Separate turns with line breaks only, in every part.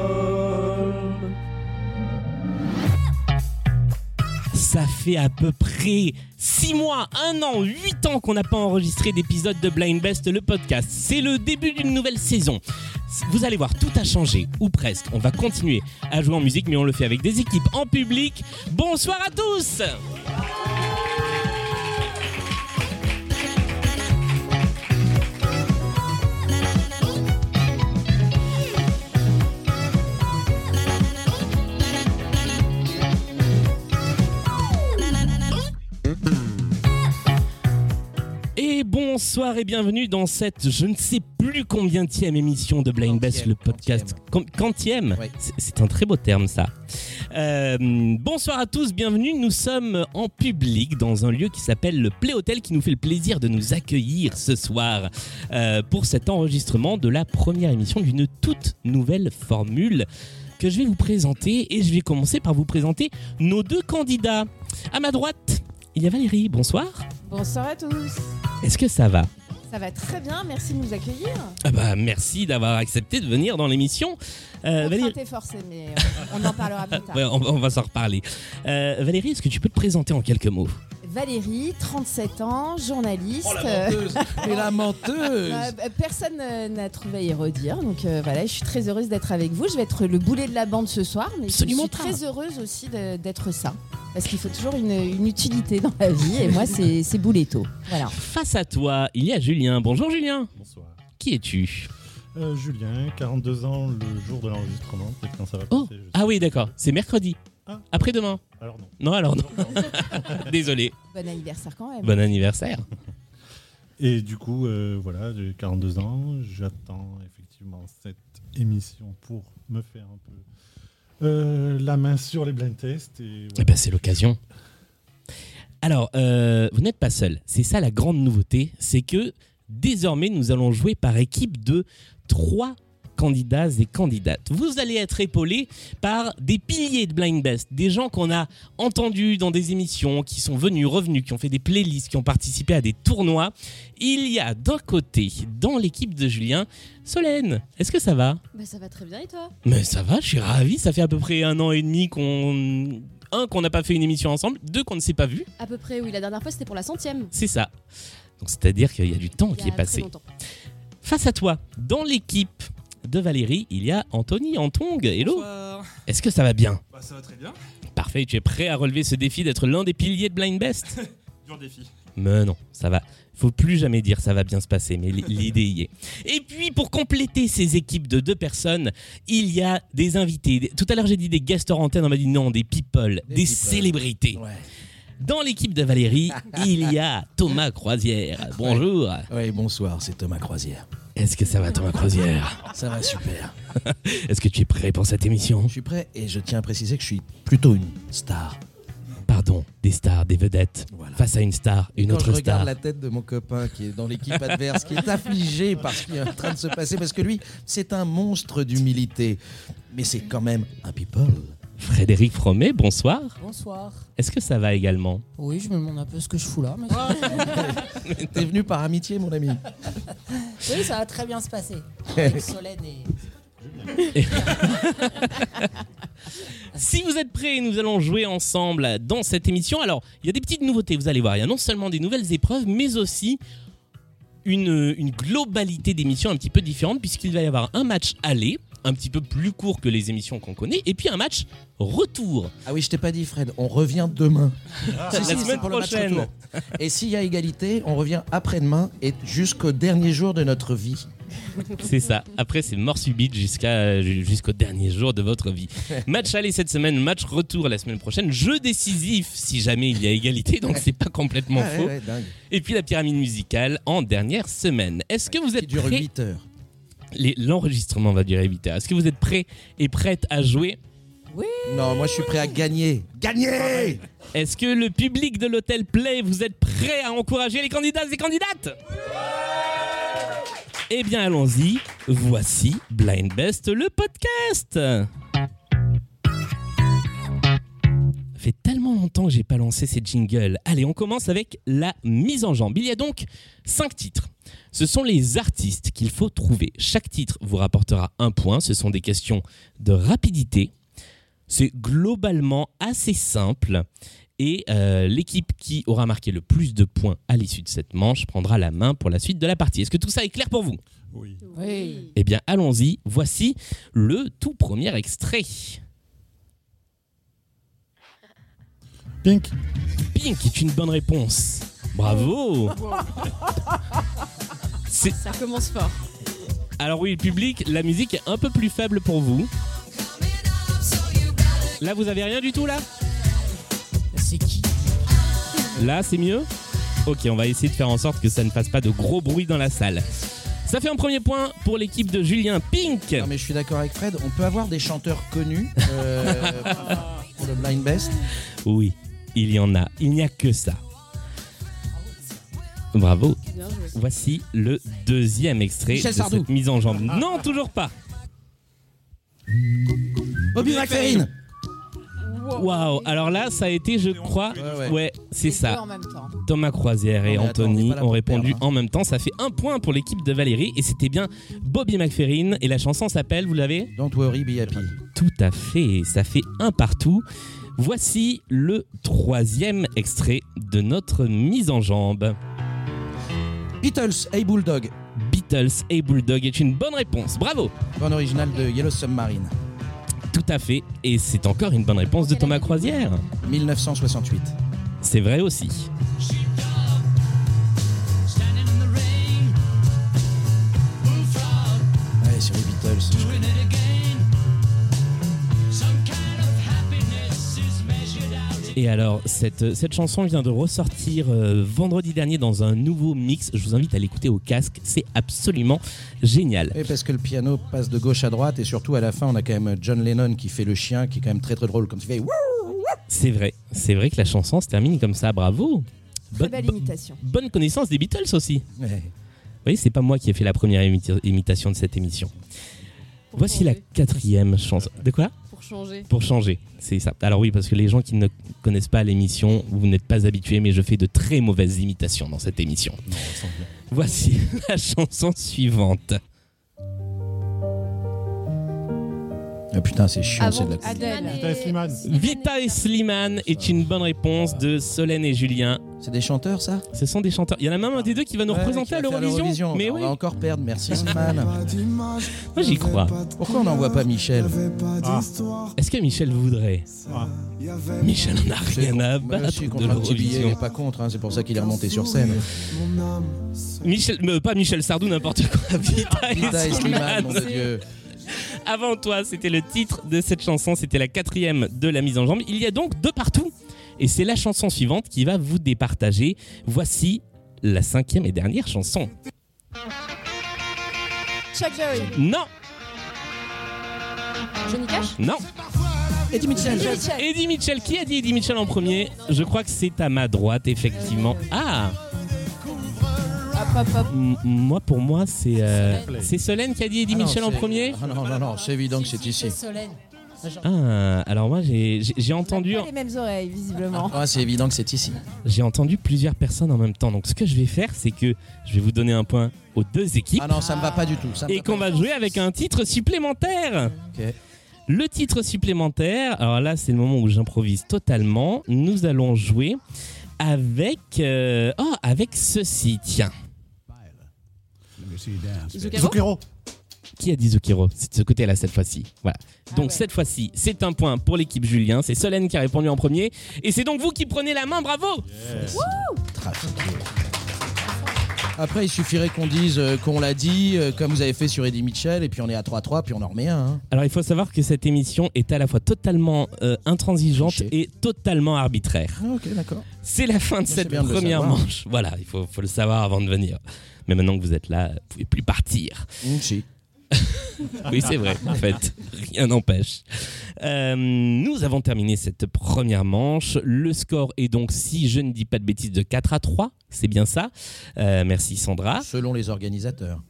Microstodome.
Ça fait à peu près 6 mois, 1 an, 8 ans qu'on n'a pas enregistré d'épisode de Blind Best, le podcast. C'est le début d'une nouvelle saison. Vous allez voir, tout a changé, ou presque. On va continuer à jouer en musique, mais on le fait avec des équipes en public. Bonsoir à tous Et bonsoir et bienvenue dans cette, je ne sais plus combien tième émission de Blind Best, le podcast. Com- Quantième
Oui.
C'est- C'est un très beau terme ça. Euh, bonsoir à tous, bienvenue. Nous sommes en public dans un lieu qui s'appelle le Play Hotel qui nous fait le plaisir de nous accueillir ce soir euh, pour cet enregistrement de la première émission d'une toute nouvelle formule que je vais vous présenter et je vais commencer par vous présenter nos deux candidats. À ma droite, il y a Valérie. Bonsoir.
Bonsoir à tous.
Est-ce que ça va
Ça va très bien, merci de nous accueillir.
Ah bah, merci d'avoir accepté de venir dans l'émission. Euh, Valérie,
Contrainte et forcée, mais euh, on en parlera plus tard.
Ouais, on, on va s'en reparler. Euh, Valérie, est-ce que tu peux te présenter en quelques mots
Valérie, 37 ans, journaliste. Euh,
Et Oh, la menteuse
euh, personne euh, n'a trouvé à y redire, donc euh, voilà, je suis très heureuse d'être avec vous. Je vais être le boulet de la bande ce soir, mais
Absolument
je suis
pas.
très heureuse aussi de- d'être ça. Parce qu'il faut toujours une, une utilité dans la vie, et moi, c'est c'est Bouletto. Voilà.
Face à toi, il y a Julien. Bonjour Julien.
Bonsoir.
Qui es-tu
Euh, Julien, 42 ans le jour de l'enregistrement. Peut-être quand ça va
Oh,
passer, je sais
ah oui, d'accord. C'est mercredi.
Ah.
Après-demain.
pas. Alors non.
Non, alors non.
ah.
Désolé.
Ah Bon anniversaire quand même.
Bon anniversaire.
Et du coup, euh, voilà, j'ai 42 ans. J'attends effectivement cette émission pour me faire un peu euh, la main sur les blind tests. Et
Eh
voilà.
ben, c'est l'occasion. Alors, euh, vous n'êtes pas seul. C'est ça la grande nouveauté, c'est que désormais nous allons jouer par équipe de trois candidats et candidates. Vous allez être épaulés par des piliers de Blind Best, des gens qu'on a entendus dans des émissions, qui sont venus, revenus, qui ont fait des playlists, qui ont participé à des tournois. Il y a d'un côté, dans l'équipe de Julien, Solène. Est-ce que ça va
Bah ça va très bien et toi
mais ça va, je suis ravi. Ça fait à peu près un an et demi qu'on. Un, qu'on n'a pas fait une émission ensemble. Deux, qu'on ne s'est pas vu.
À peu près oui, la dernière fois c'était pour la centième.
C'est ça. Donc c'est-à-dire qu'il y a du temps
Il y
qui
a
est passé.
très longtemps.
Face à toi, dans l'équipe de Valérie, il y a Anthony Antong. Hello. Est-ce que ça va bien
Bah ça va très bien,
Parfait, tu es prêt à relever ce défi d'être l'un des piliers de Blind Best
dur défi.
Ah,
Mais non, ça va. Faut plus jamais dire ça va bien se passer, mais l- l'idée y est. Et puis pour compléter ces équipes de deux personnes, il y a des invités. Des- Tout à l'heure j'ai dit des guests hors antenne, on m'a dit non, des people, des,
people.
célébrités.
Ouais.
Dans l'équipe de Valérie, il y a Thomas Croisière. Bonjour.
Oui, bonsoir, c'est Thomas Croisière.
Est-ce que ça va Thomas Croisière
Ça va super.
Est-ce que tu es prêt pour cette émission
Je suis prêt et je tiens à préciser que je suis plutôt une star.
Pardon, des stars, des vedettes.
Voilà.
Face à une star, une
Quand
autre
je regarde
star.
la tête de mon copain qui est dans l'équipe adverse, qui est affligé par ce qui est en train de se passer, parce que lui, c'est un monstre d'humilité. Mais c'est quand même un people.
Frédéric Fromet, bonsoir.
Bonsoir.
Est-ce que ça va également
Oui, je me demande un peu ce que je fous là. Mais...
T'es venu par amitié, mon ami.
oui, ça va très bien se passer. Avec Solène et.
Si vous êtes prêts, nous allons jouer ensemble dans cette émission. Alors, il y a des petites nouveautés, vous allez voir. Il y a non seulement des nouvelles épreuves, mais aussi une, une globalité d'émissions un petit peu différente, puisqu'il va y avoir un match aller, un petit peu plus court que les émissions qu'on connaît, et puis un match retour.
Ah oui, je t'ai pas dit, Fred, on revient demain. Si, si,
Ah, semaine
c'est pour le match
prochaine.
retour. Et s'il y a égalité, on revient après-demain et jusqu'au dernier jour de notre vie.
C'est ça. Après, c'est mort subite jusqu'à jusqu'au dernier jour de votre vie. Match aller cette semaine, match retour la semaine prochaine, jeu décisif si jamais il y a égalité, donc c'est pas complètement
Ah ouais,
faux.
ouais, dingue.
Et puis la pyramide musicale en dernière semaine. Est-ce que vous
Qui
êtes
dure
prêts
8 heures.
Les- L'enregistrement va durer 8 heures. Est-ce que vous êtes prêts et prêtes à jouer
Non, moi je suis prêt à gagner. Gagner
Est-ce que le public de l'hôtel Play, vous êtes prêts à encourager les candidats et candidates Eh bien, allons-y. Voici Blind Best, le podcast. Ça fait tellement longtemps que j'ai pas lancé ces jingles. Allez, on commence avec la mise en jambe. Il y a donc cinq titres. Ce sont les artistes qu'il faut trouver. Chaque titre vous rapportera un point. Ce sont des questions de rapidité. C'est globalement assez simple. Et euh, l'équipe qui aura marqué le plus de points à l'issue de cette manche prendra la main pour la suite de la partie. Est-ce que tout ça est clair pour vous
Oui.
Oui.
Eh bien, allons-y. Voici le tout premier extrait.
Pink.
Pink est une bonne réponse. Bravo C'est-
Ça commence fort.
Alors oui, le public, la musique est un peu plus faible pour vous. Là, vous avez rien du tout, là
C'est qui
Là, c'est mieux Ok, on va essayer de faire en sorte que ça ne fasse pas de gros bruit dans la salle. Ça fait un premier point pour l'équipe de Julien Pink.
Non, Ah, mais je suis d'accord avec Fred. On peut avoir des chanteurs connus euh, pour le blind best.
Oui, il y en a. Il n'y a que ça. Bravo.
Bien joué.
Voici le deuxième extrait
Michel
de
Sardou.
cette mise en
Ah.
jambe. Non, toujours pas.
Bobby McFerrin.
Waouh. Alors là, ça a été, je crois.
Ouais, ouais.
Ouais, c'est
Les deux
ça.
En même temps.
Thomas Croisière et
Non, mais attends, on est
Anthony
pas là
ont
pour
répondu
perdre, hein.
en même temps. Ça fait un point pour l'équipe de Valérie. Et c'était bien Bobby McFerrin. Et la chanson s'appelle, vous l'avez
Don't worry, be happy.
Tout à fait, ça fait un partout. Voici le troisième extrait de notre mise en jambe.
Beatles, Hey Bulldog.
Beatles et Bulldog est une bonne réponse, bravo
Bande originale de Yellow Submarine.
Tout à fait, et c'est encore une bonne réponse de Thomas Croisière.
1968.
C'est vrai aussi.
Ouais, sur les Beatles. je connais.
Et alors, cette, cette chanson vient de ressortir euh, vendredi dernier dans un nouveau mix. Je vous invite à l'écouter au casque, c'est absolument génial.
Oui, parce que le piano passe de gauche à droite et surtout à la fin, on a quand même John Lennon qui fait le chien, qui est quand même très très drôle quand il fait. Wouh
C'est vrai, c'est vrai que la chanson se termine comme ça, bravo
Très
Bonne-
belle imitation.
bonne connaissance des Beatles aussi
Ouais.
Vous voyez, c'est pas moi qui ai fait la première imita- imitation de cette émission. Voici la
changer.
quatrième chanson. De quoi
Pour changer.
Pour changer, c'est ça. Alors oui, parce que les gens qui ne connaissent pas l'émission, vous n'êtes pas habitués, mais je fais de très mauvaises imitations dans cette émission.
Non, on sent bien.
Voici la chanson suivante.
Ah putain, c'est chiant, c'est
Avant
de la
Adèle.
Putain, Slimane.
Vita et Slimane est une bonne réponse de Solène et Julien.
C'est des chanteurs, ça
Ce sont des chanteurs. Il y en a même un des deux qui va nous
Ouais,
représenter
qui
à
va faire
l'Eurovision. Mais
on
oui,
va encore perdre, merci Slimane.
moi j'y crois.
Pourquoi on n'envoie pas Michel
Ah,
Est-ce que Michel voudrait
ah.
Michel n'en a
Je-
rien à
moi, Bah, Je
battre
suis
de
contre un petit billet,
l'Eurovision.
mais pas contre, hein, c'est pour ça qu'il est remonté sur scène.
Michel, mais pas Michel Sardou, n'importe quoi. Vita,
Putain,
et
et Slimane,
Slimane.
nom de Dieu.
Avant toi, c'était le titre de cette chanson. C'était la quatrième de la mise en jambe. Il y a donc deux partout. Et c'est la chanson suivante qui va vous départager. Voici la cinquième et dernière chanson.
Chuck Berry.
Non,
Johnny Cash
non.
Eddie Mitchell.
Mitchell.
Eddie Mitchell. Qui a dit Eddie Mitchell en premier Je crois que c'est à ma droite, effectivement. Ah,
Hop, hop, hop.
m- moi pour moi, c'est euh, c'est Solène qui a dit Eddie
Ah non,
Mitchell en
c'est-
premier.
Ah non, non, non, c'est évident que c'est ici.
Solène.
Ah, alors moi j'ai j'ai- j'ai
On n'a
entendu hein.
pas les mêmes oreilles, visiblement.
Ah, c'est évident que c'est ici.
j'ai entendu plusieurs personnes en même temps. Donc ce que je vais faire, c'est que je vais vous donner un point aux deux équipes.
Ah non, ça me va pas du tout. ça me
et
va pas
qu'on va jouer avec un titre supplémentaire.
Ok.
Le titre supplémentaire, alors là c'est le moment où j'improvise totalement, nous allons jouer avec... euh, oh, avec ceci, tiens.
Zucchero
Zucchero.
Qui a dit Zucchero C'est de ce côté-là cette fois-ci. Voilà. Donc
ouais.
cette fois-ci, c'est un point pour l'équipe Julien, c'est Solène qui a répondu en premier, et c'est donc vous qui prenez la main, bravo
Trafiqué. Après, il suffirait qu'on dise euh, qu'on l'a dit, euh, comme vous avez fait sur Eddie Mitchell, et puis on est à 3-3, puis on en remet un. hein.
Alors il faut savoir que cette émission est à la fois totalement euh, intransigeante
Cliché.
et totalement arbitraire.
Ah, ok, d'accord.
C'est la fin de
c'est
cette
bien de le
première
savoir.
manche. Voilà, il faut, faut le savoir avant de venir. Mais maintenant que vous êtes là, vous pouvez plus partir.
Mm, si.
Oui, c'est vrai, en fait. Rien n'empêche. Euh, nous avons terminé cette première manche. Le score est donc, si je ne dis pas de bêtises, de 4 à 3. C'est bien ça. Euh, merci Sandra.
Selon les organisateurs.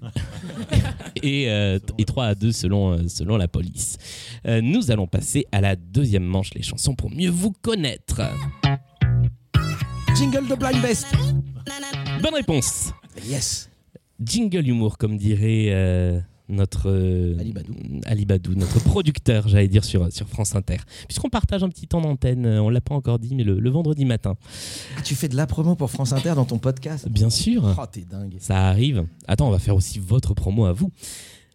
Et, euh, et 3 à 2 selon, euh, selon la police. Euh, nous allons passer à la deuxième manche, les chansons pour mieux vous connaître.
Jingle de Blind Best.
Bonne réponse.
Yes.
Jingle humour, comme dirait euh, notre. euh,
Ali Badou.
Ali Badou, notre producteur, j'allais dire, sur, sur France Inter. Puisqu'on partage un petit temps d'antenne, euh, on l'a pas encore dit, mais le, le vendredi matin.
Ah, tu fais de la promo pour France Inter dans ton podcast
Bien sûr.
Oh, t'es dingue.
Ça arrive. Attends, on va faire aussi votre promo à vous.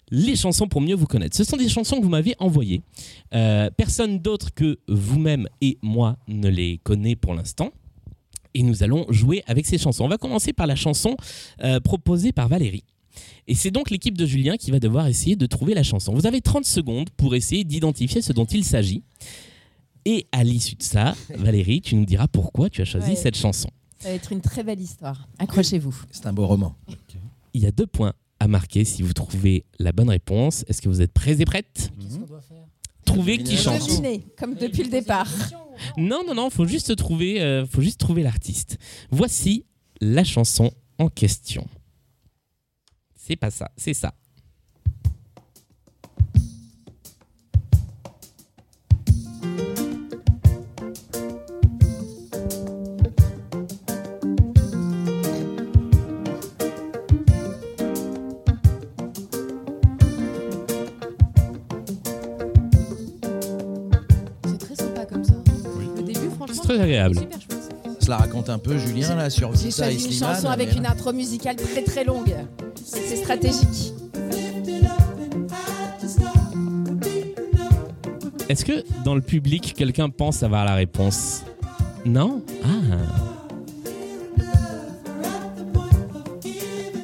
Les chansons pour mieux vous connaître. Ce sont des chansons que vous m'avez envoyées. Euh, personne d'autre que vous-même et moi ne les connaît pour l'instant. Et nous allons jouer avec ces chansons. On va commencer par la chanson euh, proposée par Valérie. Et c'est donc l'équipe de Julien qui va devoir essayer de trouver la chanson. Vous avez 30 secondes pour essayer d'identifier ce dont il s'agit. Et à l'issue de ça, Valérie, tu nous diras pourquoi tu as choisi
Ouais.
cette chanson.
Ça va être une très belle histoire. Accrochez-vous.
C'est un beau roman.
Il y a deux points à marquer si vous trouvez la bonne réponse. Est-ce que vous êtes prêts et prêtes
Qu'est-ce qu'on doit faire
Trouvez qui
Une
chante.
chanson.
Devinez, comme depuis le départ.
Non, non, non, faut juste trouver, euh, faut juste trouver l'artiste. Voici la chanson en question. C'est pas ça, c'est ça.
C'est très sympa comme ça.
Oui.
Le début, franchement,
C'est très agréable.
Super chouette.
Cela raconte un peu Julien là sur
J'ai
Vita et
choisi une
Slimane,
chanson avec
mais-
une intro musicale très très longue. C'est stratégique.
Est-ce que dans le public, quelqu'un pense avoir la réponse Non Ah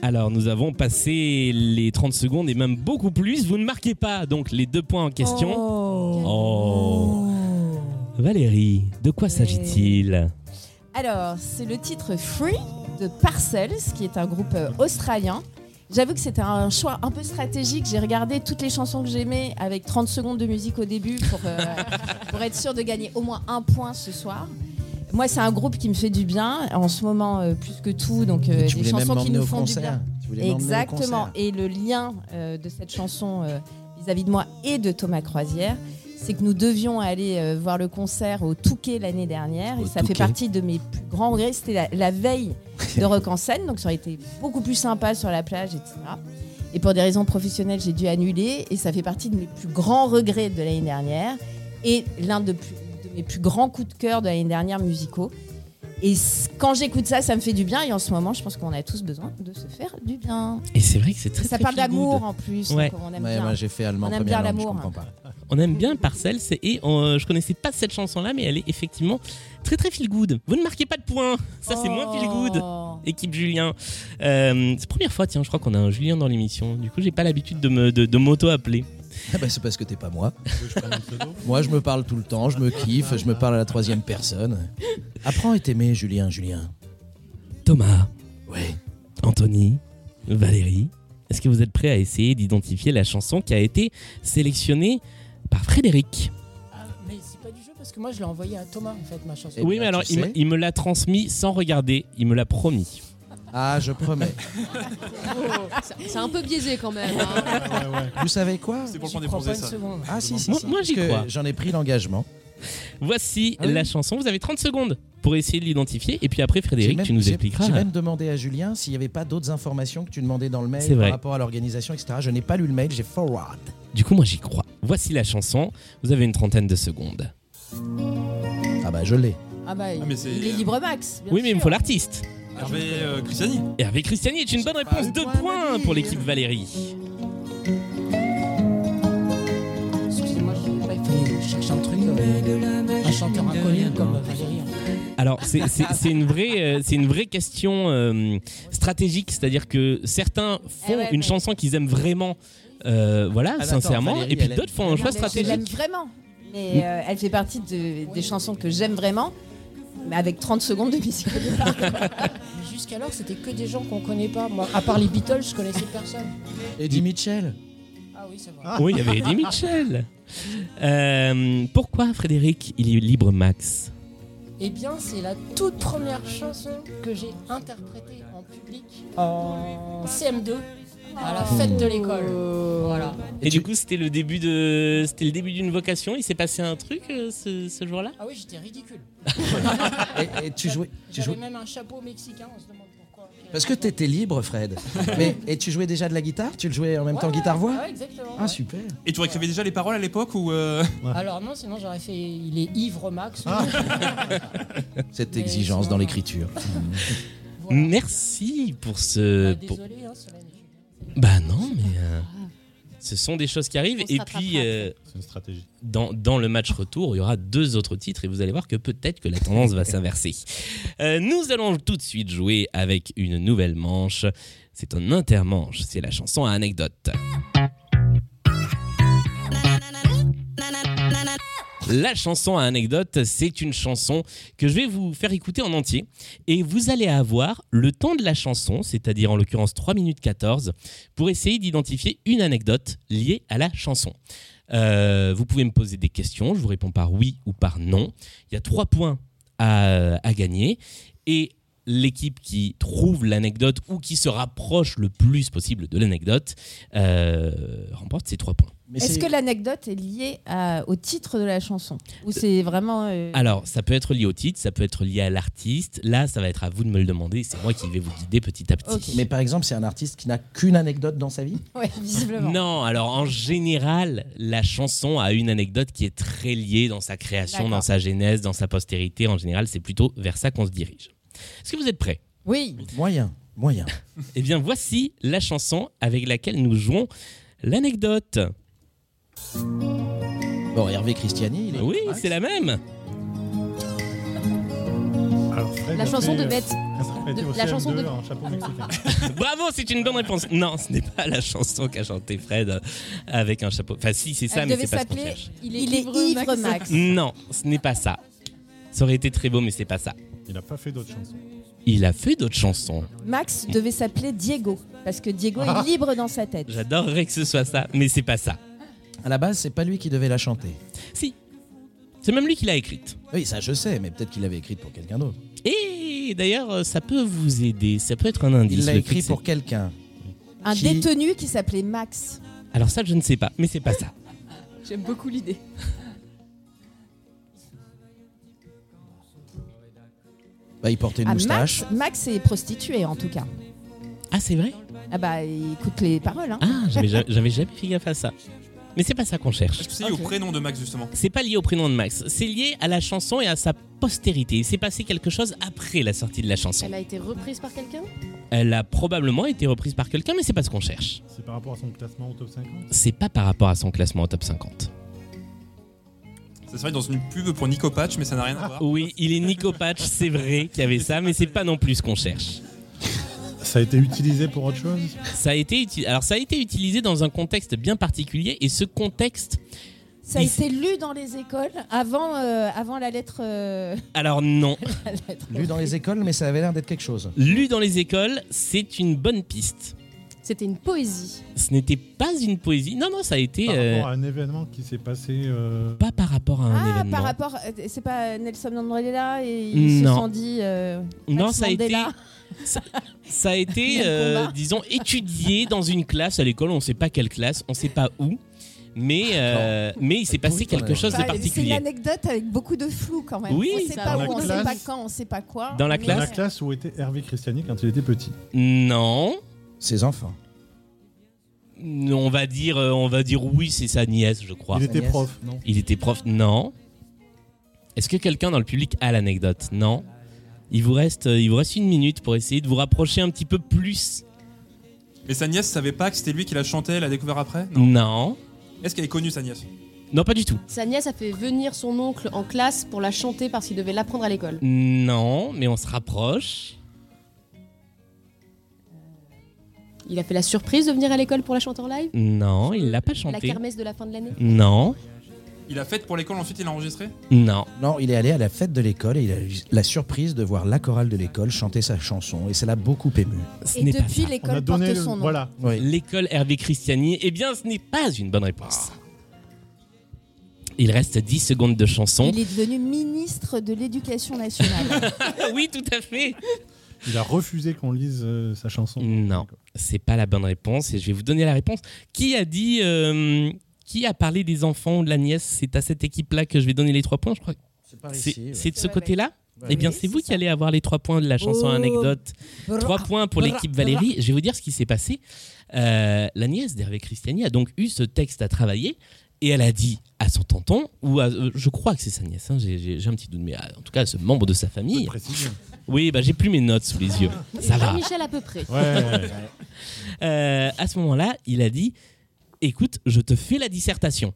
Alors, nous avons passé les 30 secondes et même beaucoup plus. Vous ne marquez pas donc les deux points en question.
Oh.
Oh. Valérie, de quoi s'agit-il
Alors, c'est le titre Free de Parcels, qui est un groupe euh, australien. J'avoue que c'était un choix un peu stratégique. J'ai regardé toutes les chansons que j'aimais avec 30 secondes de musique au début pour, euh, pour être sûr de gagner au moins un point ce soir. Moi, c'est un groupe qui me fait du bien en ce moment euh, plus que tout. Donc, euh,
Mais tu
des
voulais même
chansons qui
m'emmener
nous
au
font du bien.
concert. Tu voulais m'emmener au
Exactement.
concert.
Et le lien euh, de cette chanson euh, vis-à-vis de moi et de Thomas Croisière, c'est que nous devions aller euh, voir le concert au Touquet l'année dernière.
Au
et ça
Touquet.
fait partie de mes plus grands regrets. C'était la, la veille de Rock en scène, donc ça aurait été beaucoup plus sympa sur la plage, etc. Et pour des raisons professionnelles, j'ai dû annuler. Et ça fait partie de mes plus grands regrets de l'année dernière. Et l'un de, plus- de mes plus grands coups de cœur de l'année dernière musicaux. Et c- quand j'écoute ça, ça me fait du bien. Et en ce moment, je pense qu'on a tous besoin de se faire du bien.
Et c'est vrai que c'est très
Ça
très
parle
feel good.
d'amour en plus.
Ouais.
donc on aime
Ouais,
bien.
moi j'ai fait allemand
On aime
première
bien
langue, je
l'amour,
comprends pas.
On aime bien Parcels et on- euh, je connaissais pas cette chanson-là, mais elle est effectivement très très feel good. Vous ne marquez pas de points. Ça, c'est moins feel good.
Oh.
équipe Julien. Euh, c'est la première fois, tiens, je crois qu'on a un Julien dans l'émission. Du coup, j'ai pas l'habitude de, me, de, de m'auto-appeler.
Ah bah, c'est parce que t'es pas moi.
Tu veux que je prenne le pseudo
Moi je me parle tout le temps, je me kiffe, je me parle à la troisième personne. Apprends et t'aimer Julien, Julien.
Thomas,
Ouais.
Anthony, Valérie, est-ce que vous êtes prêts à essayer d'identifier la chanson qui a été sélectionnée par Frédéric
Ah, mais c'est pas du jeu parce que moi je l'ai envoyé à Thomas en fait ma chanson.
Eh
Oui,
ben,
mais alors,
tu
il, me-
sais.
il me l'a transmis sans regarder. Il me l'a promis.
Ah je promets.
Oh, C'est- C'est un peu biaisé quand même. hein.
Ouais, ouais, ouais.
Vous savez quoi
C'est pour le
J'y
point des
crois pas
bronzés,
une
ça.
seconde.
Ah si si,
Moi-
si,
moi, j'y
parce que
crois.
J'en ai pris l'engagement.
Voici
Ah oui.
la chanson. Vous avez 30 secondes pour essayer de l'identifier. Et puis après,
J'ai
Frédéric,
même-
tu nous
j'ai-
expliqueras.
J'ai même demandé à Julien s'il n'y avait pas d'autres informations que tu demandais dans le mail
C'est vrai.
par rapport à l'organisation, etc. Je n'ai pas lu le mail, j'ai forward.
Du coup, moi, j'y crois. Voici la chanson. Vous avez une trentaine de secondes.
Ah bah je l'ai.
Ah bah, il,
mais c'est-
il est libre max. bien
oui, mais il me
sûr.
faut l'artiste.
Hervé euh, Christiani.
Hervé Christiani est une bonne
pas
réponse.
le
Deux
point,
points
Manu.
pour l'équipe Valérie.
Excusez-moi, je pas fallait chercher un truc, euh, un chanteur inconnu comme Valérie.
Alors, c'est- c'est c'est une, vraie, euh, c'est une vraie question euh, stratégique. C'est-à-dire que certains font
Eh ouais,
une
mais-
chanson qu'ils aiment vraiment, euh, voilà,
mais attends,
sincèrement,
Ah, Valérie,
et puis
elle aime
d'autres font un choix
Non, mais Je l'aime
stratégique.
vraiment. Mais euh, elle fait partie de- des chansons que j'aime vraiment. Mais avec 30 secondes de musique.
Mais hein. Jusqu'alors, c'était que des gens qu'on connaît pas. Moi, à part les Beatles, je connaissais personne.
Eddie Mitchell.
Ah oui, c'est vrai.
Oui, il y avait Eddie Mitchell. Euh, pourquoi Frédéric, il est libre max
Eh bien, c'est la toute première chanson que j'ai interprétée en public en CM2 à la fête de l'école.
Oh.
Voilà.
Et, du coup, c'était le début de, c'était le début d'une vocation. Il s'est passé un truc euh, ce, ce jour-là.
Ah oui, j'étais ridicule.
Et, et tu jouais, tu
J'avais
jouais,
même un chapeau mexicain, on se demande pourquoi.
Parce que t'étais libre, Fred. Mais, et tu jouais déjà de la guitare Tu le jouais en même temps guitare-voix
Ouais, exactement.
Ah,
ouais.
super.
Et tu écrivais déjà les paroles à l'époque ou euh,
Alors non, sinon j'aurais fait il est ivre max.
Ah. Cette
Mais
exigence
sinon-
dans l'écriture.
Voilà.
Merci pour ce.
Ah,
pour-
désolé, hein, Solène.
Bah non, mais euh, ce sont des choses qui arrivent.
On se
Et
rattrapera
puis,
après.
euh,
C'est une stratégie.
dans, dans le match retour, il y aura deux autres titres et vous allez voir que peut-être que la tendance va s'inverser. Euh, nous allons tout de suite jouer avec une nouvelle manche. C'est un intermanche, c'est la chanson à anecdote. La chanson à anecdote, c'est une chanson que je vais vous faire écouter en entier. Et vous allez avoir le temps de la chanson, c'est-à-dire en l'occurrence 3 minutes 14, pour essayer d'identifier une anecdote liée à la chanson. Euh, vous pouvez me poser des questions, je vous réponds par oui ou par non. Il y a 3 points à, à gagner. Et l'équipe qui trouve l'anecdote ou qui se rapproche le plus possible de l'anecdote euh, remporte ces 3 points.
Mais
Est-ce
c'est-
que l'anecdote est liée à- au titre de la chanson Ou c'est vraiment. euh,
Alors, ça peut être lié au titre, ça peut être lié à l'artiste. Là, ça va être à vous de me le demander. C'est moi qui vais vous guider petit à petit.
Ok.
Mais par exemple, c'est un artiste qui n'a qu'une anecdote dans sa vie
Ouais, visiblement.
Non, alors en général, la chanson a une anecdote qui est très liée dans sa création,
D'accord.
dans sa genèse, dans sa postérité. En général, c'est plutôt vers ça qu'on se dirige. Est-ce que vous êtes prêts
Oui.
Moyen, moyen.
Eh bien, voici la chanson avec laquelle nous jouons l'anecdote.
Bon, Hervé Christiani, il est.
Ah Oui, c'est la même.
Alors, Fred
La
a
chanson
fait,
de
euh,
Bette.
interprété
de-
au
la chanson
CM2
de-
en chapeau mexicain.
Bravo, c'est une bonne réponse. Non, ce n'est pas la chanson qu'a chantée Fred euh, avec un chapeau. Enfin, si, c'est ça,
Elle
mais
devait
c'est pas ce qu'on
s'appeler
cherche.
Il
Il est ivre, Max.
Non, ce n'est pas ça. Ça aurait été très beau, mais c'est pas ça.
Il n'a pas fait d'autres chansons.
Il a fait d'autres chansons.
Max devait s'appeler Diego, parce que Diego
Ah.
est libre dans sa tête.
J'adorerais que ce soit ça, mais c'est pas ça.
À la base, c'est pas lui qui devait la chanter.
Si. C'est même lui qui l'a écrite.
Oui, ça je sais, mais peut-être qu'il l'avait écrite pour quelqu'un d'autre.
Et d'ailleurs, euh, ça peut vous aider. Ça peut être un indice.
Il l'a
le fait
écrit
que
pour quelqu'un.
Un
Qui-
détenu qui s'appelait Max.
c'est- Alors ça, je ne sais pas, mais c'est pas ça.
J'aime beaucoup l'idée.
Bah, il portait une
Ah,
moustache.
Max, Max est prostitué en tout cas.
Ah, c'est vrai
Ah bah écoute les paroles. Hein.
Ah, j'avais ja- j'avais jamais fait gaffe à ça. Mais c'est pas ça qu'on cherche.
Est-ce que c'est lié au prénom de Max justement
C'est pas lié au prénom de Max. C'est lié à la chanson et à sa postérité. Il s'est passé quelque chose après la sortie de la chanson.
Elle a été reprise par quelqu'un
Elle a probablement été reprise par quelqu'un, mais c'est pas ce qu'on cherche.
C'est par rapport à son classement au top 50
C'est pas par rapport à son classement au top 50.
Ça serait dans une pub pour Nico Patch, mais ça n'a rien
Ah.
à voir.
Oui, il est Nico Patch, c'est vrai qu'il y avait ça, mais c'est pas non plus ce qu'on cherche.
Ça a été utilisé pour autre chose
Ça a été uti- alors ça a été utilisé dans un contexte bien particulier et ce contexte
Ça a
Il-
été lu dans les écoles avant, euh, avant la lettre. euh,
alors non
la lettre.
Lu dans les écoles, mais ça avait l'air d'être quelque chose.
lu dans les écoles c'est une bonne piste.
C'était une poésie.
Ce n'était pas une poésie non non ça a été
Par
euh,
rapport à un événement qui s'est passé. euh,
pas par rapport à un
Ah,
événement
par rapport. euh, C'est pas Nelson Mandela et ils
Non.
se sont dit. euh,
non
Max
ça a été
Mandela.
ça a été
Même
euh,
combat.
disons étudié dans une classe à l'école on sait pas quelle classe on sait pas où mais euh, mais il s'est passé
pourri, ton
quelque chose de
Enfin, C'est une
particulier
anecdote avec beaucoup de flou quand même.
Oui.
on sait
Ça
pas
a
où,
beaucoup
on
de
sait pas
classe.
quand, on sait pas quoi.
Dans la
mais-
Dans la
classe.
classe où était Hervé Christiani quand il était petit.
non
Ses enfants.
on va dire euh, on va dire oui c'est sa nièce je crois
Il était
Yes.
prof, non
Il était prof Non. Est-ce que quelqu'un dans le public a l'anecdote Non. Il vous, reste, euh, il vous reste une minute pour essayer de vous rapprocher un petit peu plus.
Mais sa nièce savait pas que c'était lui qui la chantait, elle l'a découvert après
Non. Non,
Est-ce qu'elle est connue sa nièce
pas du tout.
Sa nièce a fait venir son oncle en classe pour la chanter parce qu'il devait l'apprendre à l'école.
Non, mais on se rapproche.
Il a fait la surprise de venir à l'école pour la chanter en live
Non, il l'a pas
La
chanté.
kermesse de la fin de l'année
Non,
Il a fait pour l'école, ensuite il l'a enregistré
non,
Non, il est allé à la fête de l'école et il a eu la surprise de voir la chorale de l'école chanter sa chanson et ça l'a beaucoup ému.
ce
Et
n'est pas
depuis
ça.
On a
l'école
donné
porte
le.
son nom.
Voilà.
Oui.
L'école Hervé Christiani, eh bien, ce n'est pas une bonne réponse. Il reste 10 secondes de chanson.
Il est devenu ministre de l'Éducation nationale.
Ah oui, tout à fait.
Il a refusé qu'on lise euh, sa chanson.
Non. C'est pas la bonne réponse et je vais vous donner la réponse. Qui a dit, euh, qui a parlé des enfants ou de la nièce C'est à cette équipe-là que je vais donner les trois points, je crois.
C'est par
C'est
Ah, ici. ouais.
c'est de
C'est
ce
vrai,
côté-là Eh bien, c'est vous qui allez avoir les trois points de la chanson
Oh.
anecdote.
Bra-
Trois points pour
bra-
l'équipe Valérie. Je vais vous dire ce qui s'est passé. Euh, la nièce d'Hervé Christiani a donc eu ce texte à travailler et elle a dit à son tonton, ou à- euh, je crois que c'est sa nièce, hein, j'ai- j'ai j'ai un petit doute, mais à- en tout cas à ce membre de sa famille. Oui, bah, j'ai plus mes notes sous les yeux.
Ah,
Ça va.
Michel à peu près.
Euh, à ce moment-là, il a dit Écoute, je te fais la dissertation.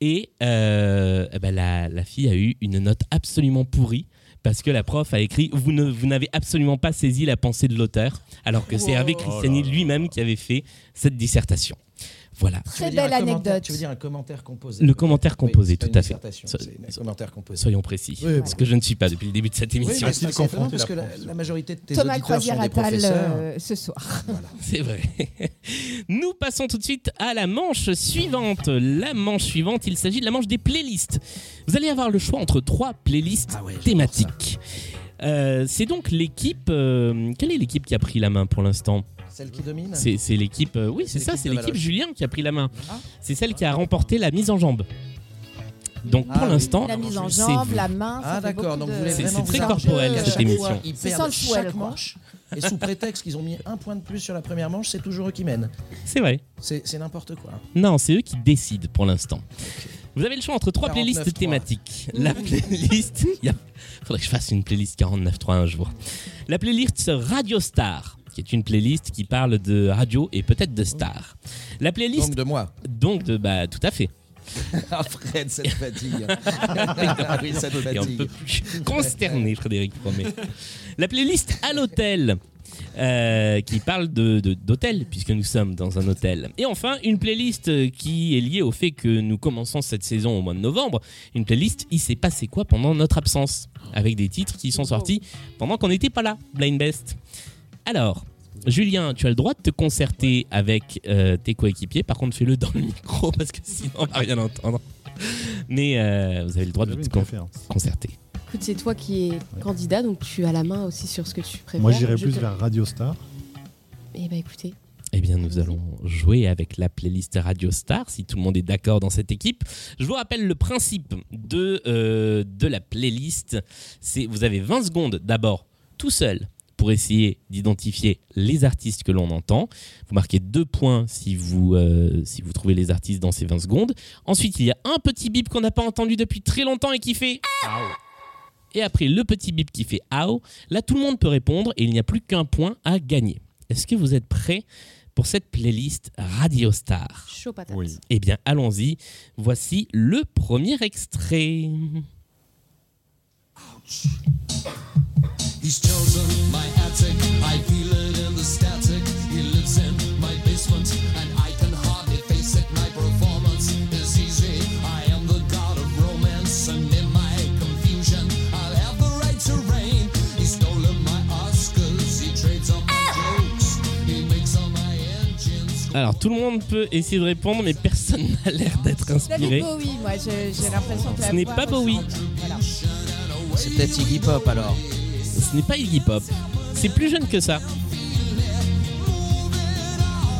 Et euh, eh ben, la, la fille a eu une note absolument pourrie parce que la prof a écrit Vous ne- vous n'avez absolument pas saisi la pensée de l'auteur, alors que c'est
Oh
Hervé Christiani lui-même qui avait fait cette dissertation. Voilà.
Tu veux
Très
dire un
belle
commentaire-
anecdote.
Tu veux dire un commentaire composé
Le commentaire composé,
Oui, c'est pas
tout
une
à fait.
dissertation,
So-
C'est un commentaire composé.
Soyons précis,
Oui,
parce
bon.
que je ne suis pas depuis le début de cette
Oui, mais
émission.
c'est assez
confronter
étonnant parce
la
que la,
prof.
la majorité de tes
Thomas
auditeurs sont des
Croisière-Attal
professeurs. Ah,
euh, ce soir.
C'est vrai. Nous passons tout de suite à la manche suivante. La manche suivante, il s'agit de la manche des playlists. Vous allez avoir le choix entre trois playlists
Ah ouais, j'adore
thématiques. Euh, c'est donc l'équipe. euh, quelle est l'équipe qui a pris la main pour l'instant
Celle qui domine
C'est c'est l'équipe. euh, oui, c'est
C'est
ça,
l'équipe
c'est
de
l'équipe
Valoche.
Julien qui a pris la main.
Ah.
C'est celle qui a remporté la mise en jambe. Donc
Ah
pour
oui.
l'instant,
La mise en
c'est
jambe,
vous.
la main. ça
Ah
fait
d'accord,
beaucoup
donc
de-
vous voulez
C'est-
vraiment
c'est très
vous arranger
corporel,
à
cette
chaque
émission.
fois, Ils
C'est
perdent
sans le poil,
chaque
quoi.
manche et sous prétexte qu'ils ont mis un point de plus sur la première manche, c'est toujours eux qui mènent.
c'est vrai.
C'est c'est n'importe quoi.
Non, c'est eux qui décident pour l'instant. Vous avez le choix entre trois playlists
49.3.
thématiques. La playlist. Il y a- faudrait que je fasse une playlist 49.3 un jour. La playlist Radio Star, qui est une playlist qui parle de radio et peut-être de stars. La playlist.
Donc de moi.
Donc, de, bah, tout à fait.
Ah Fred, cette fatigue. Ah oui, cette
Et on ne peut
fatigue.
plus. Consterné, Frédéric Promet. La playlist à l'hôtel, euh, qui parle de- de- d'hôtel, puisque nous sommes dans un hôtel. Et enfin, une playlist euh, qui est liée au fait que nous commençons cette saison au mois de novembre. Une playlist Il s'est passé quoi pendant notre absence Avec des titres qui sont sortis pendant qu'on n'était pas là, Blind Best. Alors. Julien, tu as le droit de te concerter avec euh, tes coéquipiers. Par contre, fais-le dans le micro parce que sinon on va rien entendre. Mais euh, vous avez le droit de
J'avais
vous
une
con-
préférence.
concerter.
Écoute, c'est toi qui es candidat, donc tu as la main aussi sur ce que tu préfères.
Moi, j'irais
Je
plus
te-
vers Radio Star.
Eh ben écoutez,
Eh bien, nous allons jouer avec la playlist Radio Star, si tout le monde est d'accord dans cette équipe. Je vous rappelle le principe de, euh, de la playlist. C'est vous avez 20 secondes d'abord tout seul pour essayer d'identifier les artistes que l'on entend. Vous marquez deux points si vous, euh, si vous trouvez les artistes dans ces 20 secondes. Ensuite, il y a un petit bip qu'on n'a pas entendu depuis très longtemps et qui fait... Et après le petit bip qui fait AO, là tout le monde peut répondre et il n'y a plus qu'un point à gagner. Est-ce que vous êtes prêts pour cette playlist Radio Star.
chaud patate.
Eh bien, allons-y. Voici le premier extrait.
He's chosen my attic. I feel it in the static. He lives in my basement, and I can hardly face it. My performance is easy. I am the god of romance, and in my confusion, I'll have the right to reign. He's stolen my Oscars. He trades on my jokes. He makes all my engines. go
Alors, tout le monde peut essayer de répondre, mais personne n'a l'air d'être
David
inspiré.
Bowie, moi, je- j'ai l'impression que la
Ce n'est
voix
pas Bowie.
ressemble. Voilà.
C'est peut-être Iggy Pop alors.
Ce n'est pas Iggy Pop. C'est plus jeune que ça.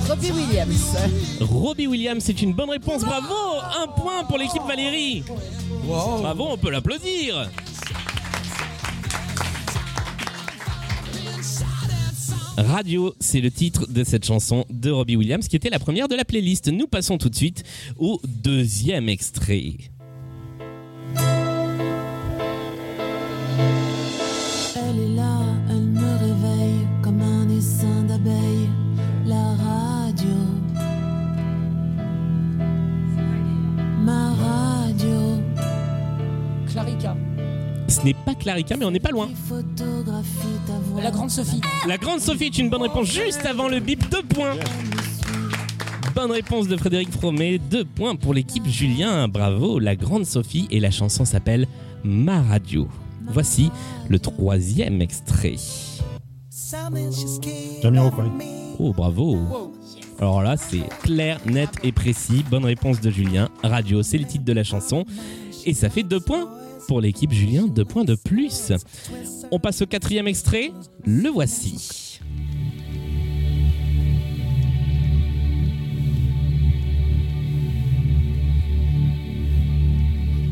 Robbie Williams.
Robbie Williams, c'est une bonne réponse. Bravo Un point pour l'équipe Valérie.
Wow.
Bravo, on peut l'applaudir. Radio, c'est le titre de cette chanson de Robbie Williams qui était la première de la playlist. Nous passons tout de suite au deuxième extrait.
Elle est là, elle me réveille comme un essaim d'abeilles, la radio. Ma radio.
Clarica,
Ce n'est pas Clarica, mais on n'est pas loin.
Qui photographie ta voix.
la grande Sophie.
La grande Sophie est une bonne réponse juste avant le bip. Deux points. Bonne réponse de Frédéric Fromet. Deux points pour l'équipe Julien. Bravo, la grande Sophie. Et la chanson s'appelle Ma Radio. Voici le troisième extrait.
Jamiroquai.
Oh, bravo. Alors là, c'est clair, net et précis. Bonne réponse de Julien. Radio, c'est le titre de la chanson. Et ça fait deux points pour l'équipe Julien. Deux points de plus. On passe au quatrième extrait. Le voici.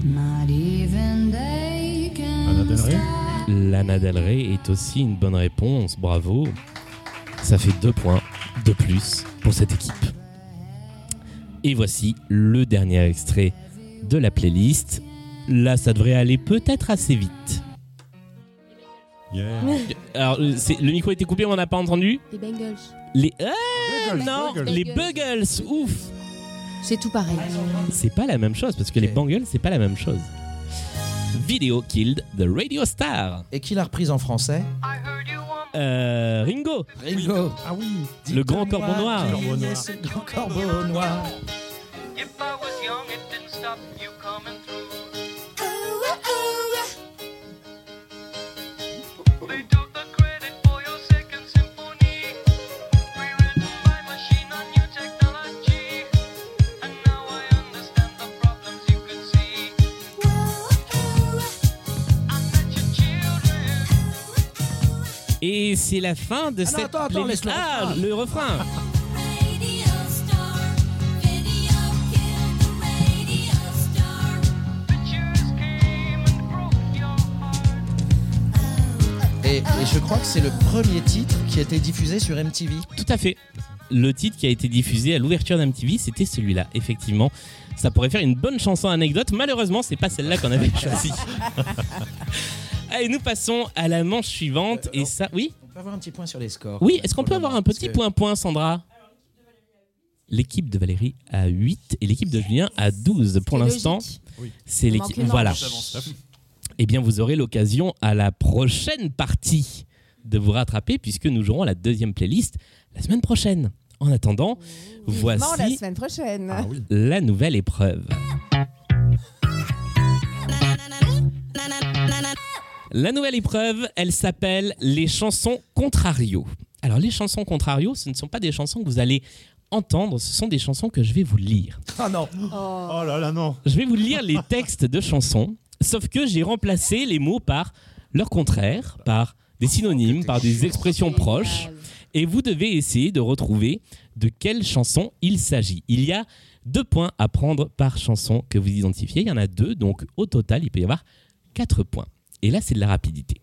Not even they can
Anna Del Rey.
stop
Lana Del Rey est aussi une bonne réponse. Bravo. Ça fait deux points de plus pour cette équipe. Et voici le dernier extrait de la playlist. Là, ça devrait aller peut-être assez vite. Alors, euh, c'est- le micro était coupé, mais on n'a pas entendu.
Les Bengals.
Les. Ah,
Buggles,
non,
Buggles.
les Buggles, ouf
C'est tout pareil.
Ah, C'est pas la même chose, parce que les Bengals, c'est pas la même chose. Video Killed the Radio Star.
Et qui l'a reprise en français
Euh, Ringo.
Ringo. Ah oui.
Le grand corbeau noir.
Corbeau noir. Le grand corbeau noir.
Et c'est la fin de cette
attends, attends,
playlist.
laisse le
ah,
refrain.
le refrain.
Et, et je crois que c'est le premier titre qui a été diffusé sur MTV.
Tout à fait. Le titre qui a été diffusé à l'ouverture d'MTV, c'était celui-là, effectivement. Ça pourrait faire une bonne chanson anecdote. Malheureusement, c'est pas celle-là qu'on avait choisie. Allez, nous passons à la manche suivante. et ça, oui
On peut avoir un petit point sur les scores.
Oui,
quand même,
est-ce qu'on
pour
peut
le
avoir
moment,
un
parce
petit
que-
point-point, Sandra L'équipe de Valérie a 8 et l'équipe de Julien a 12. Pour
C'est
l'instant,
logique.
c'est
Il
l'équipe.
manque une
Voilà.
manche.
Eh bien, vous aurez l'occasion à la prochaine partie de vous rattraper puisque nous jouerons la deuxième playlist la semaine prochaine. En attendant, voici
Mmh.
Ah.
Vivement la semaine prochaine.
la nouvelle épreuve. La nouvelle épreuve, elle s'appelle les chansons contrario. Alors les chansons contrario, ce ne sont pas des chansons que vous allez entendre, ce sont des chansons que je vais vous lire.
Ah non.
Oh là là, non.
Je vais vous lire les textes de chansons, sauf que j'ai remplacé les mots par leur contraire, par des synonymes, par des expressions proches, et vous devez essayer de retrouver de quelle chanson il s'agit. Il y a deux points à prendre par chanson que vous identifiez, il y en a deux, donc au total, il peut y avoir quatre points. Et là, c'est de la rapidité.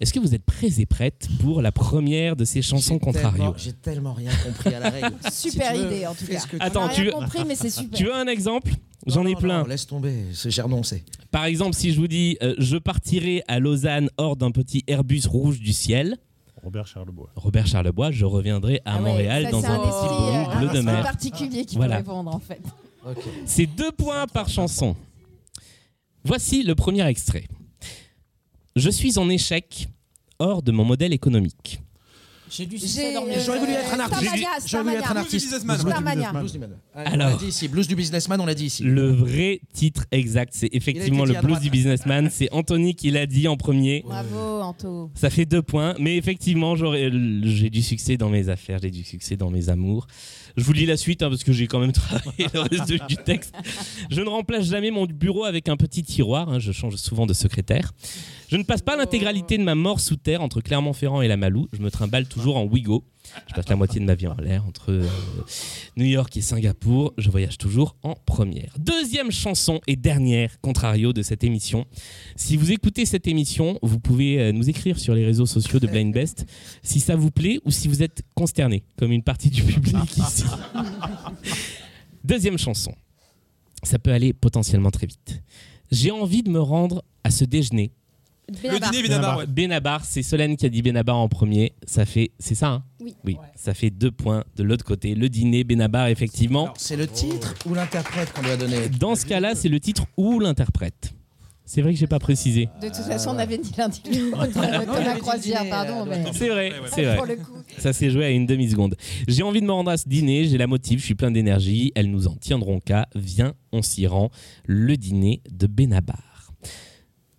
Est-ce que vous êtes prêts et prêtes pour la première de ces chansons contrario
Tellement- J'ai tellement rien compris à la règle. Si
Super
tu veux,
idée en tout
fais
cas.
ce que tu
Attends,
On a rien
tu veux-
compris, mais c'est super.
Tu veux un exemple J'en ai
Non,
plein.
non, laisse tomber, c'est j'ai renoncé.
Par exemple, si je vous dis euh, je partirai à Lausanne hors d'un petit Airbus rouge du ciel,
Robert Charlebois.
Robert Charlebois, je reviendrai à
Ah ouais,
Montréal
ça,
dans
c'est
un petit
esprit, euh,
bleu de
esprit
mer.
particulier qui
Voilà.
peut répondre en fait.
Ok.
C'est deux points par chanson. Voici le premier extrait. Je suis en échec hors de mon modèle économique.
J'ai dû
J'ai-
J'aurais voulu être un artiste.
Starmania,
J'aurais voulu être un
Starmania.
artiste.
Businessman.
Blues du
Starmania.
businessman. Blues du businessman. Allez,
Alors.
On l'a dit ici, blues du businessman, on l'a dit ici.
Le vrai titre exact, c'est effectivement
dit
le
à
blues
droite.
du businessman. C'est Anthony qui l'a dit en premier.
Bravo Anto.
Ça fait deux points, mais effectivement, j'aurais- euh, j'ai du succès dans mes affaires, j'ai du succès dans mes amours. Je vous lis la suite hein, parce que j'ai quand même travaillé le reste de- du texte. Je ne remplace jamais mon bureau avec un petit tiroir, hein, je change souvent de secrétaire. Je ne passe pas l'intégralité de ma mort sous terre entre Clermont-Ferrand et la Malou, je me trimballe toujours en Wigo. Je passe la moitié de ma vie en l'air entre euh, New York et Singapour, je voyage toujours en première. Deuxième chanson et dernière, contrario de cette émission. Si vous écoutez cette émission, vous pouvez euh, nous écrire sur les réseaux sociaux de Blind Best si ça vous plaît ou si vous êtes consterné, comme une partie du public ici. Deuxième chanson. Ça peut aller potentiellement très vite. J'ai envie de me rendre à ce déjeuner.
Le
Benabar.
dîner, évidemment. ouais.
Benabar, c'est Solène qui a dit Benabar en premier. Ça fait, c'est ça, hein
Oui.
ça fait deux points de l'autre côté. Le dîner, Benabar, effectivement.
Alors, C'est le titre
Oh.
ou l'interprète qu'on lui a donné
Dans ce cas-là, c'est le titre ou l'interprète. C'est vrai que j'ai pas précisé.
De toute façon, on avait dit lundi.
Ah
Thomas Croisière, pardon. Mais...
C'est vrai,
Ouais, ouais.
c'est vrai.
Pour le coup.
Ça s'est joué à une demi-seconde. J'ai envie de me rendre à ce dîner, j'ai la motive, je suis plein d'énergie, elles nous en tiendront qu'à, viens, on s'y rend, le dîner de Benabar.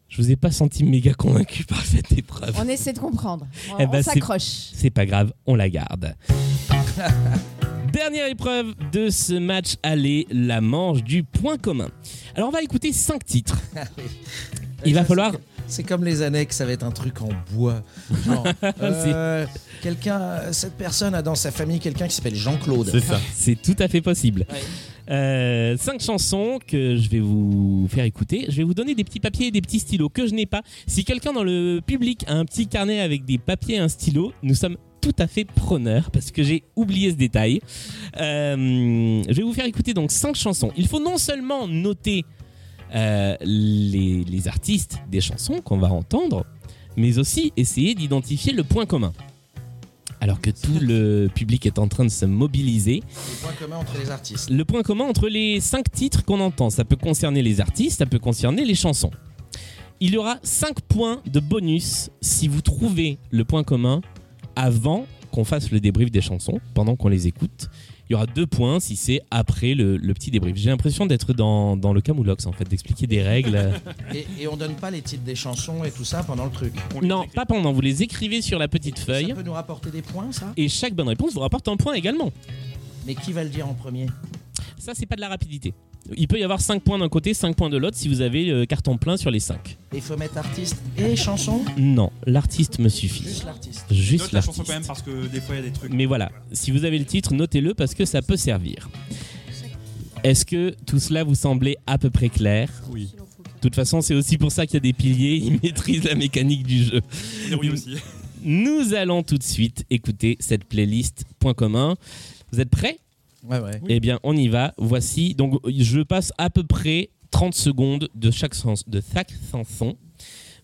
Je vous ai pas senti méga convaincu par cette épreuve.
On essaie de comprendre. On,
Eh
on
ben, c'est-
s'accroche.
C'est pas grave, on la garde. Dernière épreuve de ce match aller, la manche du point commun. Alors on va écouter cinq titres. Il va
Ah Ça,
falloir-
c'est que- C'est comme les annexes, ça va être un truc en bois. Genre,
Ah,
euh, quelqu'un, cette personne a dans sa famille quelqu'un qui s'appelle Jean-Claude.
C'est ça.
C'est tout à fait possible. Euh, cinq chansons que je vais vous faire écouter. Je vais vous donner des petits papiers et des petits stylos que je n'ai pas. Si quelqu'un dans le public a un petit carnet avec des papiers et un stylo, nous sommes tout à fait preneurs parce que j'ai oublié ce détail. Euh, je vais vous faire écouter donc cinq chansons. Il faut non seulement noter euh, les, les artistes des chansons qu'on va entendre, mais aussi essayer d'identifier le point commun. Alors que tout le public est en train de se mobiliser,
Le point commun entre les artistes.
le point commun entre les cinq titres qu'on entend, ça peut concerner les artistes, ça peut concerner les chansons. Il y aura 5 points de bonus si vous trouvez le point commun avant qu'on fasse le débrief des chansons, pendant qu'on les écoute. Il y aura 2 points si c'est après le, le petit débrief. J'ai l'impression d'être dans, dans le camoulox en fait, d'expliquer des règles.
Et, et on donne pas les titres des chansons et tout ça pendant le truc.
non, pas pendant, vous les écrivez sur la petite
Ça
feuille
peut nous rapporter des points, ça
et chaque bonne réponse vous rapporte un point également.
Mais qui va le dire en premier
Ça, c'est pas de la rapidité. Il peut y avoir 5 points d'un côté, 5 points de l'autre si vous avez euh, carton plein sur les 5.
Il faut mettre artiste et chanson
Non, l'artiste me suffit.
Juste l'artiste.
Juste
Note la chanson quand
l'artiste.
même parce que des fois il y a des trucs.
Mais voilà, si vous avez le titre, notez-le parce que ça peut servir. Est-ce que tout cela vous semblait à peu près clair
Oui.
De toute façon, c'est aussi pour ça qu'il y a des piliers, ils maîtrisent la mécanique du jeu.
Dérouille aussi.
Nous allons tout de suite écouter cette playlist Point commun. Vous êtes prêts
Ouais, ouais.
Eh bien, on y va. Voici. Donc, je passe à peu près 30 secondes de chaque sens, de chaque chanson.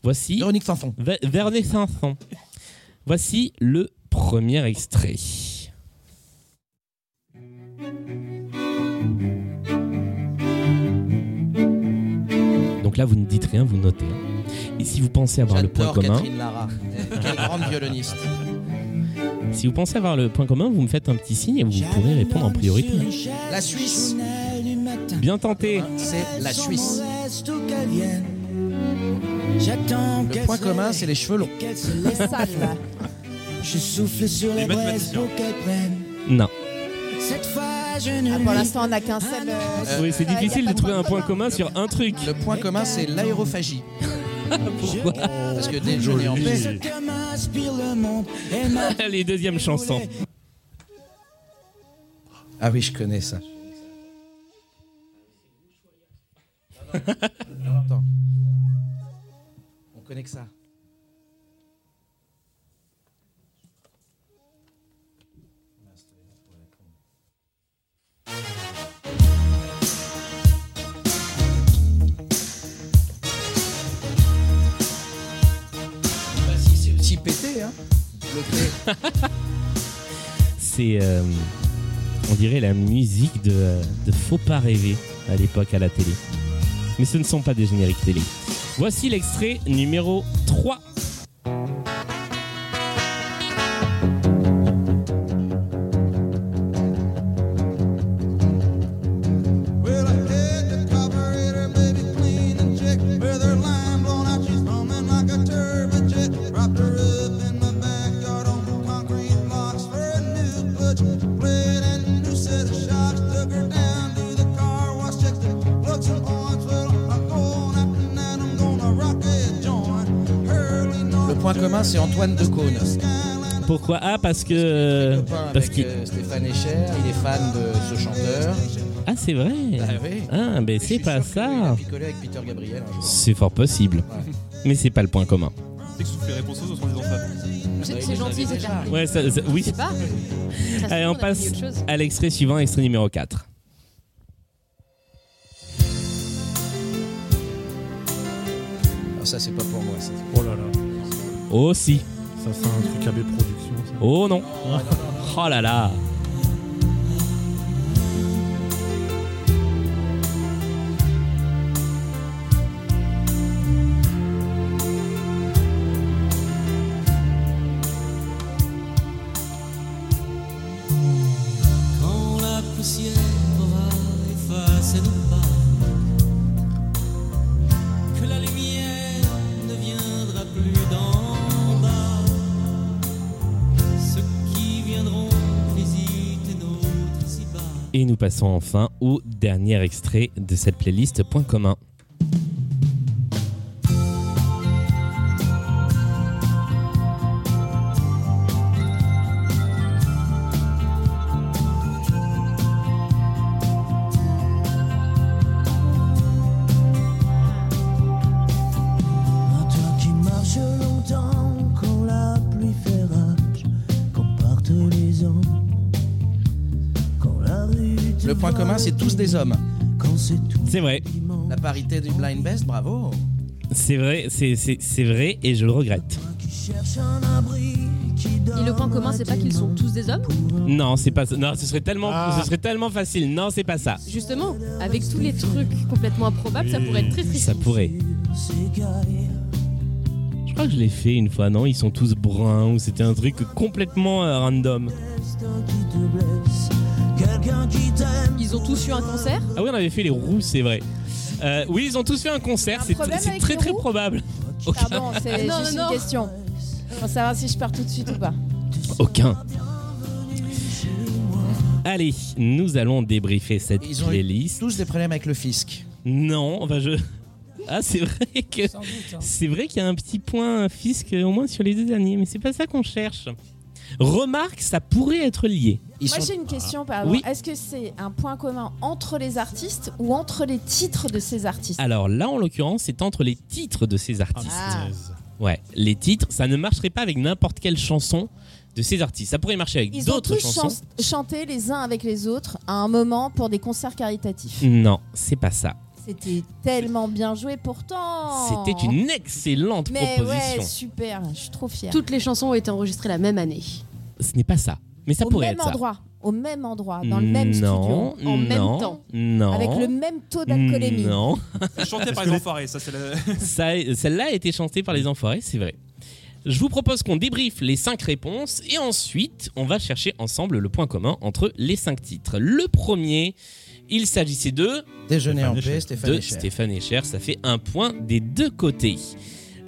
Voici.
Véronique Sanfon.
Ve- Vernet 500. Voici le premier extrait. Donc là, vous ne dites rien, vous notez. hein. Et si vous pensez avoir le point
J'adore
commun,
Catherine Lara. Eh, Quelle grande violoniste.
si vous pensez avoir le point commun, vous me faites un petit signe et vous pourrez répondre en priorité.
La Suisse.
Bien tenté.
C'est la Suisse.
J'attends
Le point commun, c'est les cheveux longs.
Les salles, là.
Je souffle sur
Les mathématiciens.
qu'elle prenne.
Non.
Cette fois, je ne
Ah, pour l'instant, on n'a qu'un seul. euh,
Euh,
Oui, c'est
ça, y a
difficile
pas
de
de
trouver
point
un point
commun.
commun sur un truc.
Le point commun, c'est l'aérophagie.
Pourquoi
Parce que déjeuner en paix.
Joli.
m'inspire le monde et ma
Les deuxièmes chansons.
Ah oui, je connais ça. Attends. On connaît que ça. Bah si, c'est aussi pété, hein. Le thé.
C'est, euh, on dirait, la musique de, euh, de Faut pas rêver à l'époque à la télé. Mais ce ne sont pas des génériques télé. Voici l'extrait numéro 3.
Well, I checked the carburetor, baby, clean and check. Weather line blown out, she's humming like a turbo jet. Propped her up in my backyard on concrete blocks for a new clutch. Blade and new set of shocks. Took her down to the car wash, checked the plugs and oils. Well, I'm going out tonight, I'm gonna rock a joint. Early
Le point commun, c'est Antoine Decaune.
Pourquoi Ah, parce que.
copain
Parce
avec
qu'il.
euh, Stéphane Echer, il est fan de ce chanteur.
Ah, c'est vrai
oui.
Ah, ben
Je suis
c'est pas
sûr que lui, Il a
ça
picolé avec Peter Gabriel un jour.
C'est fort possible.
Ouais.
Mais c'est pas le point commun.
Dès que souffle les réponses aux autres en disant ça.
C'est c'est gentil, c'est clair.
Ouais, ça- ça- oui.
Je sais pas. Ça se
Allez, on
trouve, a
passe
mis autre chose.
à l'extrait suivant, extrait numéro 4.
Alors ça, c'est pas pour moi. ça.
Oh là là.
Oh si
Ça sent un truc AB Productions. ça.
Oh non Oh là là
Quand la poussière va effacer nos pas, que la lumière ne viendra plus d'en bas, ceux qui viendront visiter notre ici-bas.
Et nous passons enfin au dernier extrait de cette playlist Point commun.
Le point commun, c'est tous des hommes.
C'est vrai.
La parité du blind best, bravo.
C'est vrai, c'est- c'est c'est vrai et je le regrette.
Et le point commun, c'est pas qu'ils sont tous des hommes
Non, c'est pas ça. Non, ce serait tellement, ce serait tellement facile. Non, c'est pas ça.
Justement, avec tous les trucs complètement improbables, ça pourrait être très triste.
Ça pourrait. Je crois que je l'ai fait une fois, non Ils sont tous bruns ou c'était un truc complètement euh, random.
Ils ont tous eu un cancer
Ah oui, on avait fait les roux, c'est vrai. Euh, oui, ils ont tous fait un concert, c'est
problème
c'est
avec
très
les
très
roux
probable.
Pardon,
Ah
c'est
Non,
juste
non, non.
une question. Pour savoir si je pars tout de suite ou pas.
Aucun. Allez, nous allons débriefer cette
Ils ont eu
playlist.
tous des problèmes avec le fisc.
Non, enfin je. Ah, c'est vrai que.
Sans doute. hein.
C'est vrai qu'il y a un petit point fisc euh, au moins sur les deux derniers, mais c'est pas ça qu'on cherche. Remarque, ça pourrait être lié.
Ils
Moi
sont
j'ai une question, pardon.
Oui.
Est-ce que c'est un point commun entre les artistes ou entre les titres de ces artistes
Alors là, en l'occurrence, c'est entre les titres de ces artistes.
Ah.
punaise.
Ouais, les titres, ça ne marcherait pas avec n'importe quelle chanson de ces artistes. Ça pourrait marcher avec
Ils ont
d'autres
tous
chansons.
chan- chanté les uns avec les autres à un moment pour des concerts caritatifs.
Non, c'est pas ça.
C'était tellement bien joué pourtant.
C'était une excellente
Oh. Mais
proposition.
ouais, super, je suis trop fière.
Toutes les chansons ont été enregistrées la même année.
Ce n'est pas ça, mais ça
au
pourrait
même
être ça. Mm,
endroit, au même endroit, dans le même
non, mm,
studio, en
non,
même temps,
non, Mm,
avec le même taux d'alcoolémie.
Non.
Chanté par les enfoirés, ça c'est la.
Ça- Celle-là a été chantée par les enfoirés, c'est vrai. Je vous propose qu'on débriefe les cinq réponses et ensuite on va chercher ensemble le point commun entre les cinq titres. Le premier, il s'agissait de,
Déjeuner en
Stéphane
paix,
Echer.
Stéphane
de
Echer.
Stéphane Echer, ça fait un point des deux côtés.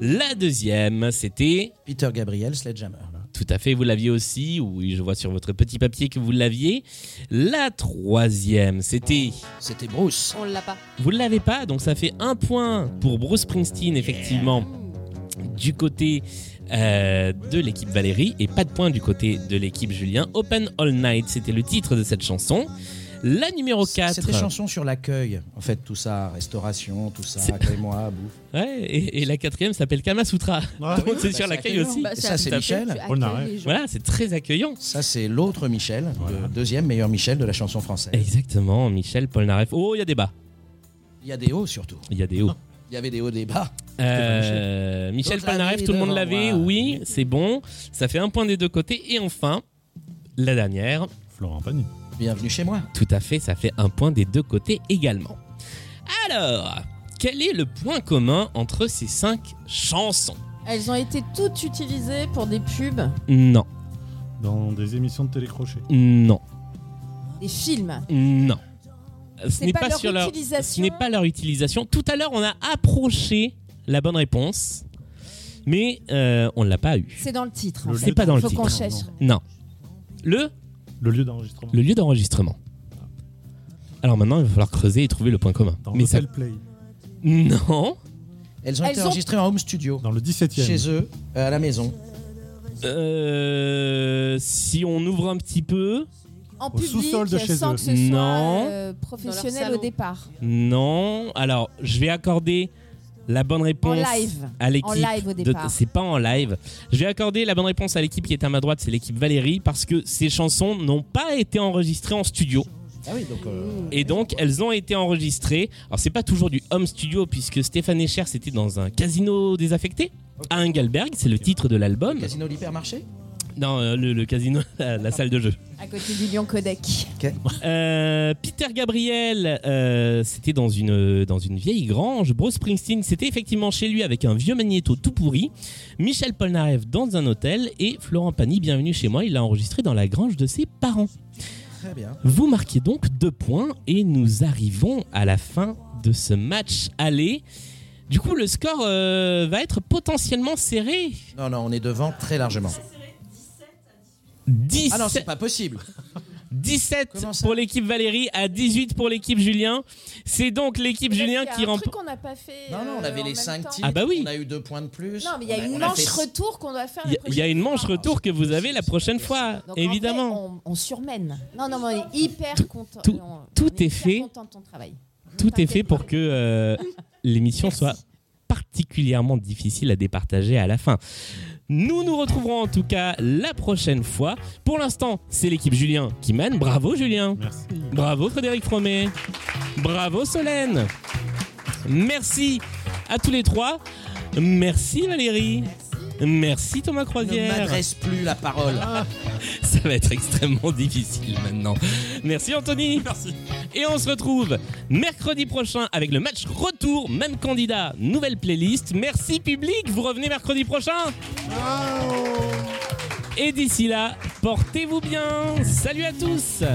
La deuxième, c'était
Peter Gabriel, Sledgehammer.
tout à fait, vous l'aviez aussi, oui, je vois sur votre petit papier que vous l'aviez. La troisième, c'était
C'était Bruce.
On l'a pas.
Vous ne l'avez pas, donc ça fait un point pour Bruce Springsteen, effectivement, du côté euh, de l'équipe Valérie, et pas de point du côté de l'équipe Julien. Open All Night, c'était le titre de cette chanson. La numéro 4.
C'était chanson sur l'accueil, en fait, tout ça, restauration, tout ça,
C'est-
accueille-moi, bouffe.
Ouais, et, et la quatrième s'appelle Kama Sutra.
Ah,
donc
oui.
Bah, c'est sur l'accueil aussi.
Et ça, c'est
tout à
Michel.
Tu
On
accueilles
arrête.
les gens.
Voilà, c'est très accueillant.
Ça, c'est l'autre Michel, le
Voilà.
deuxième meilleur Michel de la chanson française.
Exactement, Michel Polnareff. Oh, il y a des bas.
Il y a des hauts surtout.
Il y a des hauts.
Il y avait des hauts, des bas.
Euh, Michel
Donc, la
Polnareff,
vie
tout le monde
devant
l'avait,
moi.
oui, c'est bon. Ça fait un point des deux côtés. Et enfin, la dernière,
Florent Pagny.
Bienvenue chez moi.
Tout à fait, ça fait un point des deux côtés également. Alors, quel est le point commun entre ces cinq chansons
Elles ont été toutes utilisées pour des pubs,
Non,
Dans des émissions de télécrochet.
non,
des films.
non. Ce
C'est
n'est
pas
pas,
leur
sur leur,
utilisation.
ce n'est pas leur utilisation. Tout à l'heure, on a approché la bonne réponse, mais euh, on ne l'a pas eu.
C'est dans le titre. en
Le
fait.
C'est pas dans le
Faut
titre.
qu'on cherche.
Non. Le,
Le lieu d'enregistrement.
le lieu d'enregistrement. Alors maintenant, il va falloir creuser et trouver le point commun.
Dans
mais ça,
l'Hotel Play.
non.
Elles ont
Elles
été
ont-
enregistrées en home studio,
Dans le 17 e
chez eux, euh, à la maison.
Euh, si on ouvre un petit peu,
En
Au
public,
sous-sol de chez
sans
eux.
que ce
Non.
soit euh, professionnel
salon.
au départ.
Non. Alors, je vais accorder la bonne réponse
En live.
à l'équipe.
En live au
de-
départ.
C'est pas en live. Je vais accorder la bonne réponse à l'équipe qui est à ma droite, c'est l'équipe Valérie, parce que ces chansons n'ont pas été enregistrées en studio.
Ah oui, donc.
Mmh.
euh,
Et donc, elles ont été enregistrées. Alors, c'est pas toujours du home studio, puisque Stéphane Echer, c'était dans un casino désaffecté. À Engelberg, c'est le titre de l'album.
Casino de l'hypermarché
Non, euh, le, le casino, la- la salle de jeu.
À côté du Lion Codec.
Euh, Peter Gabriel, euh, c'était dans une, dans une vieille grange. Bruce Springsteen, c'était effectivement chez lui avec un vieux magnéto tout pourri. Michel Polnareff dans un hôtel. Et Florent Pagny, bienvenue chez moi, il l'a enregistré dans la grange de ses parents.
Très bien.
Vous marquez donc deux points et nous arrivons à la fin de ce match aller. Du coup, le score euh, va être potentiellement serré.
Non, non, on est devant très largement.
17,
Ah non, c'est pas possible.
17
Comment ça
pour l'équipe Valérie à 18 pour l'équipe Julien. C'est donc l'équipe Julien qui
un
remporte.
truc qu'on n'a pas fait.
Non, non, on
euh,
avait
en
les
même
5
temps.
titres.
Ah bah oui.
On a eu 2 points de plus.
Non, mais il y a
On
une
on
manche
fait-
retour qu'on doit faire. la
Il y a- il y a
prochaine
une
fois.
manche retour que vous avez la prochaine fois,
Donc, en
évidemment.
vrai, on, on surmène. Non, non, mais on est hyper content.
tout-
on- on
tout est
hyper
fait.
content de ton travail.
Tout est fait pour que euh, l'émission soit particulièrement difficile à départager à la fin. Nous nous retrouverons en tout cas la prochaine fois. Pour l'instant, c'est l'équipe Julien qui mène. Bravo Julien.
Merci.
Bravo Frédéric Fromet. Bravo Solène. Merci à tous les trois. Merci Valérie. Merci, Thomas
Ne
Croisière.
m'adresse plus la parole.
Ça va être extrêmement difficile maintenant. Merci Anthony.
Merci.
Et on se retrouve mercredi prochain avec le match retour, même candidat, nouvelle playlist. Merci public, vous revenez mercredi prochain. Et d'ici là, portez-vous bien. Salut à tous.